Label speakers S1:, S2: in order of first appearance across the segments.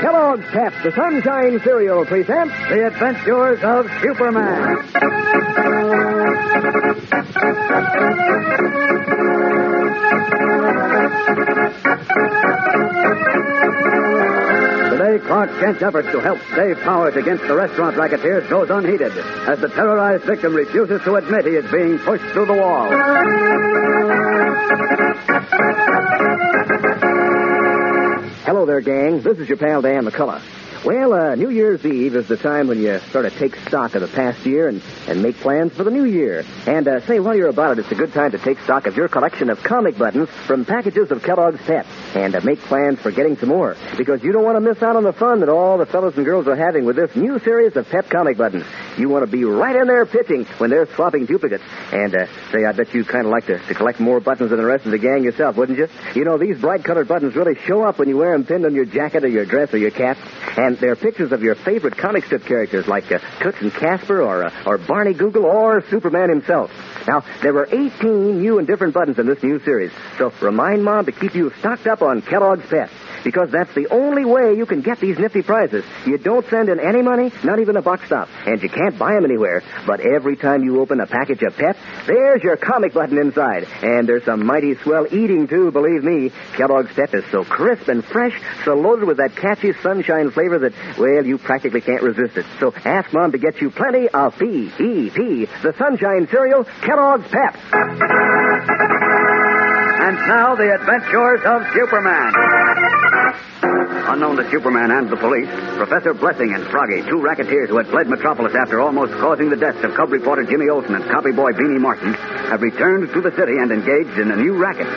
S1: Kellogg's Pep, the Sunshine Cereal, presents The Adventures of Superman. Today, conscientious efforts to help save powers against the restaurant racketeers goes unheeded as the terrorized victim refuses to admit he is being pushed through the wall. Hello there, gang. This is your pal Dan McCullough. Well, uh, New Year's Eve is the time when you sort of take stock of the past year and, and make plans for the new year. And uh, say, while you're about it, it's a good time to take stock of your collection of comic buttons from packages of Kellogg's Pet and uh, make plans for getting some more because you don't want to miss out on the fun that all the fellows and girls are having with this new series of Pep comic buttons. You want to be right in there pitching when they're swapping duplicates. And uh, say, I bet you kind of like to, to collect more buttons than the rest of the gang yourself, wouldn't you? You know, these bright colored buttons really show up when you wear them pinned on your jacket or your dress or your cap. And they're pictures of your favorite comic strip characters like uh, Toots and Casper or, uh, or Barney Google or Superman himself. Now, there were 18 new and different buttons in this new series. So remind Mom to keep you stocked up on Kellogg's Pet. Because that's the only way you can get these nifty prizes. You don't send in any money, not even a box stop. And you can't buy them anywhere. But every time you open a package of pet, there's your comic button inside. And there's some mighty swell eating, too, believe me. Kellogg's Pet is so crisp and fresh, so loaded with that catchy sunshine flavor that, well, you practically can't resist it. So ask Mom to get you plenty of P.E.P., the sunshine cereal, Kellogg's Pet. And now, the adventures of Superman. Unknown to Superman and the police, Professor Blessing and Froggy, two racketeers who had fled Metropolis after almost causing the deaths of cub reporter Jimmy Olsen and copy boy Beanie Martin, have returned to the city and engaged in a new racket.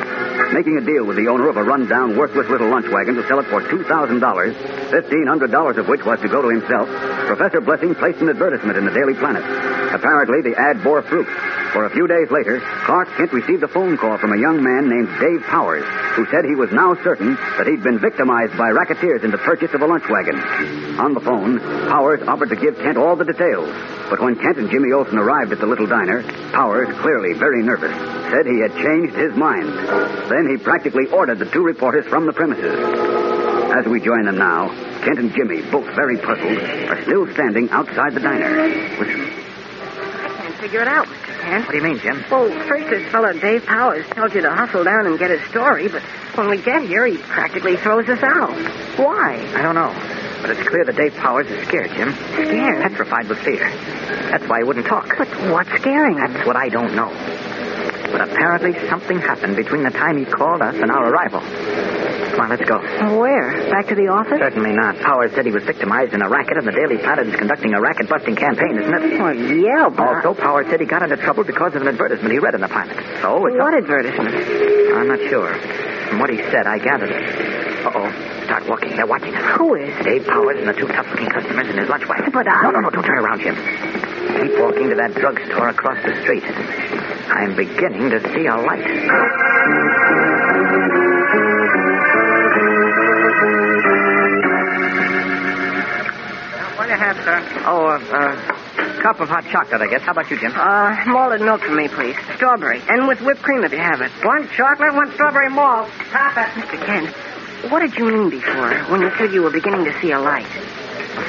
S1: Making a deal with the owner of a rundown, worthless little lunch wagon to sell it for $2,000, $1,500 of which was to go to himself, Professor Blessing placed an advertisement in the Daily Planet. Apparently, the ad bore fruit. For a few days later, Clark Kent received a phone call from a young man named Dave Powers, who said he was now certain that he'd been victimized by racketeers in the purchase of a lunch wagon. On the phone, Powers offered to give Kent all the details. But when Kent and Jimmy Olsen arrived at the little diner, Powers, clearly very nervous, said he had changed his mind. Then he practically ordered the two reporters from the premises. As we join them now, Kent and Jimmy, both very puzzled, are still standing outside the diner. Listen.
S2: Can't figure it out, Mr. Kent.
S1: What do you mean, Jim?
S2: Well, first this fellow Dave Powers tells you to hustle down and get his story, but when we get here, he practically throws us out. Why?
S1: I don't know. But it's clear that Dave Powers is scared, Jim.
S2: Scared?
S1: Petrified with fear. That's why he wouldn't talk.
S2: But what's scaring him?
S1: That's what I don't know. But apparently something happened between the time he called us and our arrival. Come on, let's go.
S2: Uh, Where? Back to the office?
S1: Certainly not. Powers said he was victimized in a racket, and the Daily Planet is conducting a racket-busting campaign, isn't it?
S2: Well, yeah, but...
S1: Also, Powers said he got into trouble because of an advertisement he read in the Planet. So it's
S2: What advertisement?
S1: I'm not sure. From what he said, I gathered it. Uh-oh. Start walking. They're watching us.
S2: Who is?
S1: Dave Powers and the two tough-looking customers in his lunch wagon.
S2: But I-
S1: No, no, no, don't turn around, Jim. Keep walking to that drugstore across the street. I'm beginning to see a light.
S2: What a have, sir?
S1: Oh, a uh, cup of hot chocolate, I guess. How about you, Jim?
S2: Uh, malted milk for me, please. Strawberry. And with whipped cream if you have it. One chocolate, one strawberry malt. Top it. Mr. Kent, what did you mean before when you said you were beginning to see a light?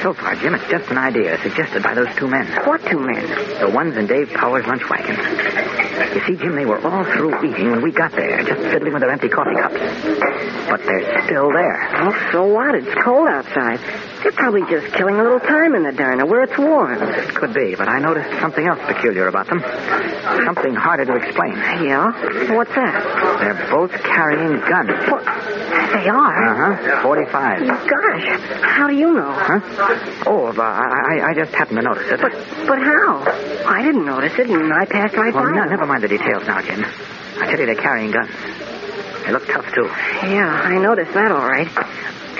S1: So far, Jim, it's just an idea suggested by those two men.
S2: What two men?
S1: The ones in Dave Powers' lunch wagon. You see, Jim, they were all through eating when we got there, just fiddling with their empty coffee cups. But they're still there.
S2: Well, Oh, so what? It's cold outside. They're probably just killing a little time in the diner where it's warm.
S1: Could be, but I noticed something else peculiar about them. Something harder to explain.
S2: Yeah? What's that?
S1: They're both carrying guns.
S2: What? They
S1: Uh
S2: are?
S1: huh. Forty-five.
S2: Gosh, how do you know?
S1: Huh? Oh, uh, I, I- I just happened to notice it.
S2: But but how? I didn't notice it, and I passed right
S1: well,
S2: by.
S1: no,
S2: them.
S1: never mind the details now, Jim. I tell you, they're carrying guns. They look tough too.
S2: Yeah, I noticed that all right.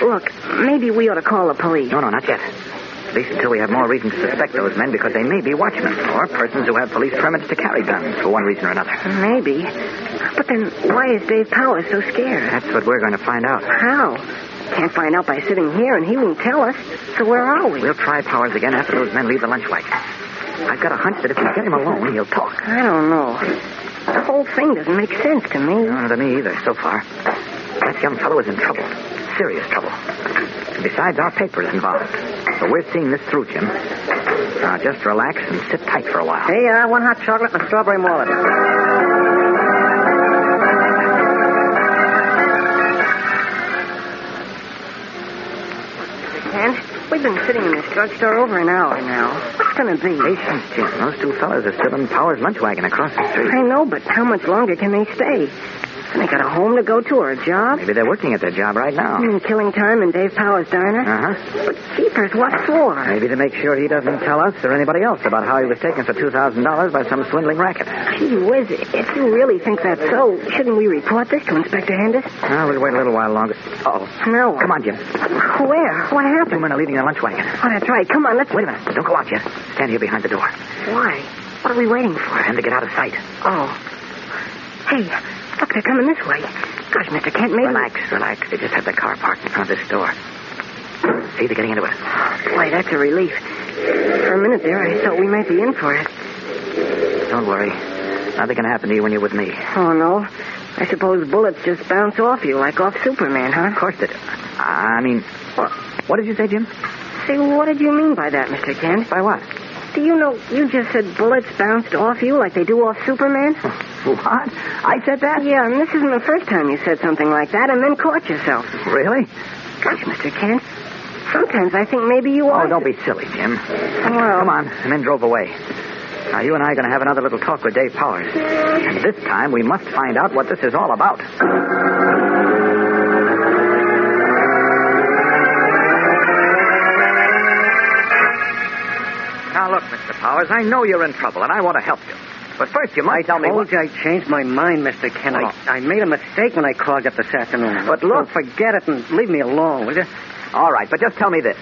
S2: Look, maybe we ought to call the police.
S1: No, no, not yet. At least until we have more reason to suspect those men because they may be watchmen or persons who have police permits to carry guns for one reason or another.
S2: Maybe. But then why is Dave Powers so scared?
S1: That's what we're going to find out.
S2: How? Can't find out by sitting here, and he won't tell us. So where are we?
S1: We'll try Powers again after those men leave the lunch wagon. I've got a hunch that if we get him alone, he'll talk.
S2: I don't know. The whole thing doesn't make sense to me.
S1: No, to me either, so far. That young fellow is in trouble. Serious trouble. Besides, our paper is involved. So we're seeing this through, Jim. Now, just relax and sit tight for a while.
S2: Hey, uh, one hot chocolate and a strawberry mullet. Kent, we've been sitting in this drug store over an hour now. What's going to be?
S1: Patience, Jim. Those two fellows are still in Powers' lunch wagon across the street.
S2: I know, but how much longer can they stay? And they got a home to go to or a job?
S1: Maybe they're working at their job right now.
S2: Hmm, killing time in Dave Powers' diner?
S1: Uh-huh.
S2: But keepers, what for?
S1: Maybe to make sure he doesn't tell us or anybody else about how he was taken for $2,000 by some swindling racket.
S2: Gee whiz, if you really think that's so, shouldn't we report this to Inspector Henderson?
S1: Now, we'll wait a little while longer. Uh-oh.
S2: No.
S1: Come on, Jim.
S2: Where? What
S1: Two
S2: happened?
S1: men are leaving the lunch wagon.
S2: Oh, that's right. Come on, let's...
S1: Wait a minute. Don't go out yet. Stand here behind the door.
S2: Why? What are we waiting for?
S1: For them to get out of sight.
S2: Oh. Hey, look, they're coming this way. Gosh, Mr. Kent, maybe...
S1: Relax, relax. They just had the car parked in front of this store. See, they're getting into it.
S2: Boy, that's a relief. For a minute there, I thought we might be in for it.
S1: Don't worry. Nothing can happen to you when you're with me. Of
S2: Oh, no. I suppose bullets just bounce off you like off Superman, huh?
S1: course they do. I mean, what, what did you say, Jim?
S2: Say, what did you mean by that, Mr. Kent?
S1: By what?
S2: Do you know you just said bullets bounced off you like they do off Superman?
S1: What? I said that?
S2: Yeah, and this isn't the first time you said something like that and then caught yourself.
S1: Really?
S2: Gosh, Mr. Kent, sometimes I think maybe you are.
S1: Oh, don't be silly, Jim.
S2: Well-
S1: Come on. The men drove away. Now, you and I are going to have another little talk with Dave Powers. And this time, we must find out what this is all about. Now, look, Mr. Powers, I know you're in trouble, and I want to help you. But first, you must tell me what...
S3: I changed my mind, Mr. Kent.
S2: Oh.
S3: I, I made a mistake when I called up this afternoon.
S1: But look-
S3: So forget it and leave me alone, will you?
S1: All right, but just tell me this.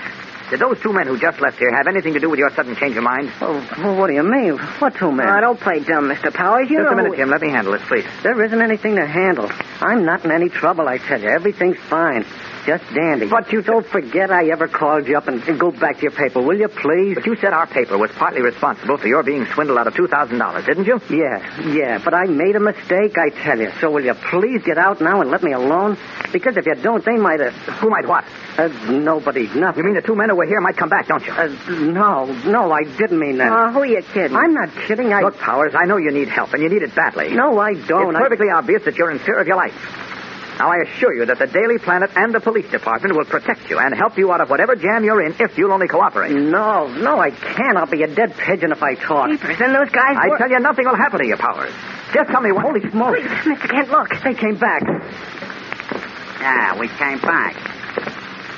S1: Did those two men who just left here have anything to do with your sudden change of mind?
S3: Well, Oh, well, what do you mean? What two men?
S2: Oh, don't play dumb, Mr. Powers. You
S1: Just
S2: know
S1: a minute,
S2: who-
S1: Jim. Let me handle this, please.
S3: There isn't anything to handle. I'm not in any trouble, I tell you. Everything's fine. Just dandy.
S1: But you-
S3: Don't forget I ever called you up and, and go back to your paper, will you, please?
S1: But you said our paper was partly responsible for your being swindled out of $2,000, didn't you?
S3: Yeah, yeah, but I made a mistake, I tell you. So will you please get out now and let me alone? Because if you don't, they might have...
S1: Who might what?
S3: Uh, nobody, nothing.
S1: You mean the two men who were here might come back, don't you?
S3: Uh, no, no, I didn't mean that.
S2: Oh, who are you kidding?
S3: I'm not kidding. I
S1: Look, Powers, I know you need help, and you need it badly.
S3: no, I don't.
S1: It's
S3: I-
S1: perfectly obvious that you're in fear of your life. Now, I assure you that the Daily Planet and the police department will protect you and help you out of whatever jam you're in if you'll only cooperate.
S3: No, no, I can't. I'll be a dead pigeon if I talk.
S2: Keepers, and those guys
S1: I
S2: were-
S1: tell you, nothing will happen to you, Powers. Just tell me what... Holy
S3: smokes.
S2: Mr. Kent, look.
S3: They came back.
S1: Ah,
S4: Yeah, we came back.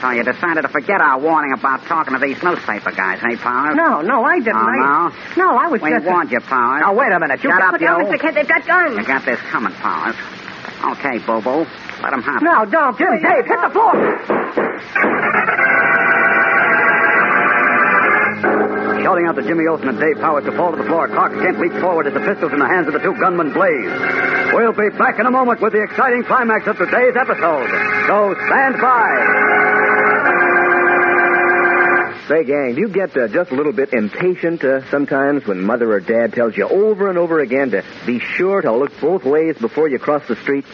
S4: So you decided to forget our warning about talking to these newspaper guys, hey, Powers?
S3: No, no, I didn't.
S4: Oh,
S3: I... No, I was
S4: We
S3: just.
S4: warned you, Powers.
S1: Now, wait a minute. You
S4: Shut
S1: got
S4: up,
S1: you.
S4: you.
S2: Mr. Kent, they've got guns.
S4: You got this coming, Powers. Okay, Bobo. Let him have it.
S3: No, don't. Jim, Dave, hit the floor.
S1: Shouting out to Jimmy Olsen and Dave Powers to fall to the floor, Clark Kent leaped forward as the pistols in the hands of the two gunmen blazed. We'll be back in a moment with the exciting climax of today's episode. So stand by.
S5: Say, gang, do you get uh, just a little bit impatient uh, sometimes when mother or dad tells you over and over again to be sure to look both ways before you cross the street?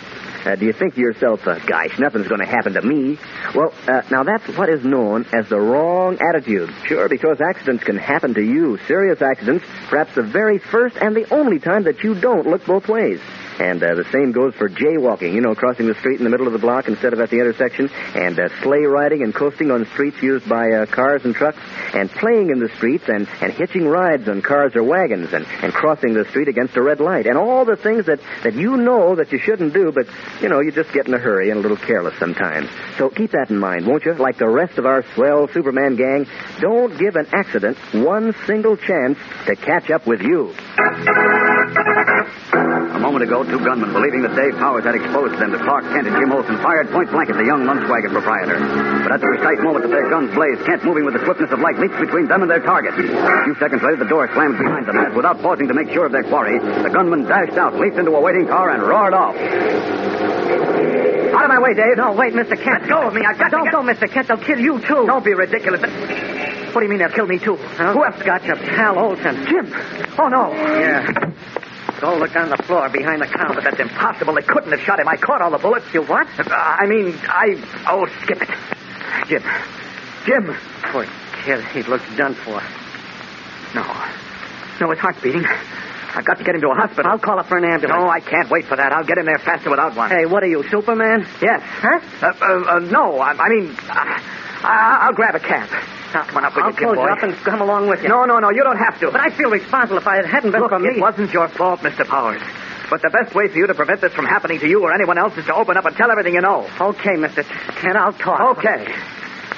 S5: Uh, do you think to yourself, uh, gosh, nothing's going to happen to me? Well, uh, now that's what is known as the wrong attitude. Sure, because accidents can happen to you, serious accidents, perhaps the very first and the only time that you don't look both ways. And uh, the same goes for jaywalking, you know, crossing the street in the middle of the block instead of at the intersection, and uh, sleigh riding and coasting on streets used by uh, cars and trucks, and playing in the streets, and, and hitching rides on cars or wagons, and, and crossing the street against a red light, and all the things that, that you know that you shouldn't do, but, you know, you just get in a hurry and a little careless sometimes. So keep that in mind, won't you? Like the rest of our swell Superman gang, don't give an accident one single chance to catch up with you.
S6: A moment ago, two gunmen, believing that Dave Powers had exposed them to Clark Kent and Jim Olson, fired point blank at the young lunch wagon proprietor. But at the precise moment that their guns blazed, Kent, moving with the swiftness of light, leaped between them and their target. A few seconds later, the door slammed behind them, and without pausing to make sure of their quarry, the gunmen dashed out, leaped into a waiting car, and roared off.
S7: Out of my way, Dave. No, wait, Mr. Kent. Let go of me. I got Don't go, Mr. Kent. They'll kill you, too. Don't be ridiculous. What do you mean they'll kill me, too? Who else got you? Pal Olson. Jim. Oh, no. Yeah. Go look on the floor behind the counter. That's impossible. They couldn't have shot him. I caught all the bullets. You what? I mean, I... Oh, skip it. Jim. Jim. Poor kid. He looks done for. No. No, his heart's beating. I've got to get him to a hospital. I'll call up for an ambulance. No, Oh, I can't wait for that. I'll get him there faster without one. Hey, what are you, Superman? Yes. Huh? Uh, uh, uh, no, I, I mean, uh, I, I'll grab a cab. Now, come on up with I'll close up and come along with you. No, no, no, you don't have to. But I feel responsible if I it hadn't been Look, for me. it wasn't your fault, Mr. Powers. But the best way for you to prevent this from happening to you or anyone else is to open up and tell everything you know. Okay, Mr. Kent, I'll talk. Okay.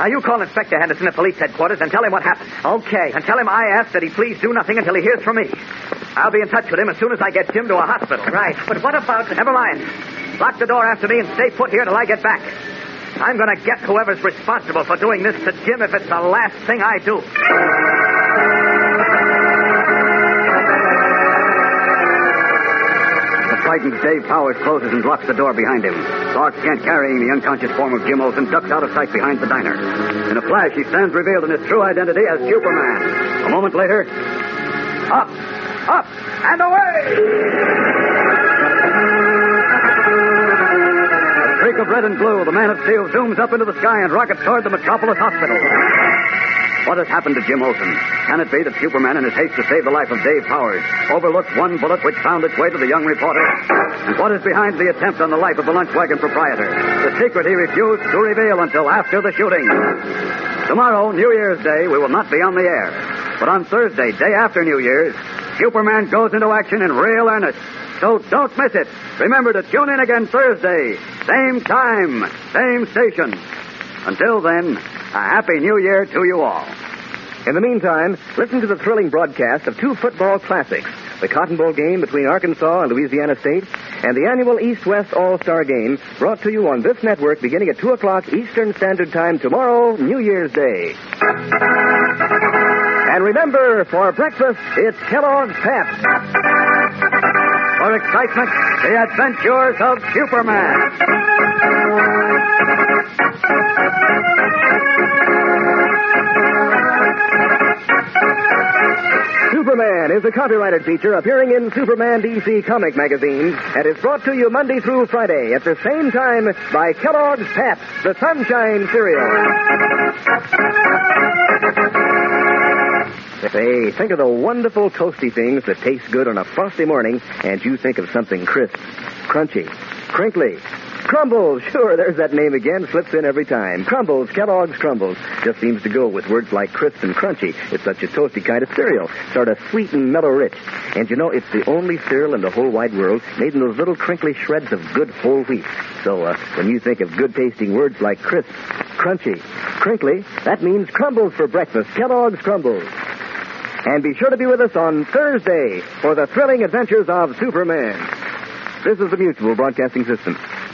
S7: Now, you call Inspector Henderson at police headquarters and tell him what happened. Okay. And tell him I ask that he please do nothing until he hears from me. I'll be in touch with him as soon as I get Jim to a hospital. Right. But what about... Never mind. Lock the door after me and stay put here till I get back. I'm going to get whoever's responsible for doing this to Jim if it's the last thing I do.
S6: The frightened Dave Powers closes and locks the door behind him. Clark Kent, carrying the unconscious form of Jim Olsen, ducks out of sight behind the diner. In a flash, he stands revealed in his true identity as Superman. A moment later, up, up, and away! A streak of red and blue, the Man of Steel zooms up into the sky and rockets toward the Metropolis Hospital. What has happened to Jim Olsen? Can it be that Superman, in his haste to save the life of Dave Powers, overlooked one bullet which found its way to the young reporter? And what is behind the attempt on the life of the lunch wagon proprietor? The secret he refused to reveal until after the shooting. Tomorrow, New Year's Day, we will not be on the air. But on Thursday, day after New Year's, Superman goes into action in real earnest. So don't miss it. Remember to tune in again Thursday, same time, same station. Until then, a happy new year to you all.
S1: In the meantime, listen to the thrilling broadcast of two football classics the Cotton Bowl game between Arkansas and Louisiana State, and the annual East West All Star game brought to you on this network beginning at 2 o'clock Eastern Standard Time tomorrow, New Year's Day. And remember, for breakfast, it's Kellogg's Pep.
S6: For excitement, the adventures of Superman.
S1: Superman is a copyrighted feature appearing in Superman DC comic magazine and is brought to you Monday through Friday at the same time by Kellogg's Pep, the Sunshine Cereal. Say, think of the wonderful toasty things that taste good on a frosty morning and you think of something crisp, crunchy, crinkly. Crumbles, sure, there's that name again, slips in every time. Crumbles, Kellogg's Crumbles. Just seems to go with words like crisp and crunchy. It's such a toasty kind of cereal, sort of sweet and mellow rich. And you know, it's the only cereal in the whole wide world made in those little crinkly shreds of good whole wheat. So uh, when you think of good tasting words like crisp, crunchy, crinkly, that means crumbles for breakfast, Kellogg's Crumbles. And be sure to be with us on Thursday for the thrilling adventures of Superman. This is the Mutual Broadcasting System.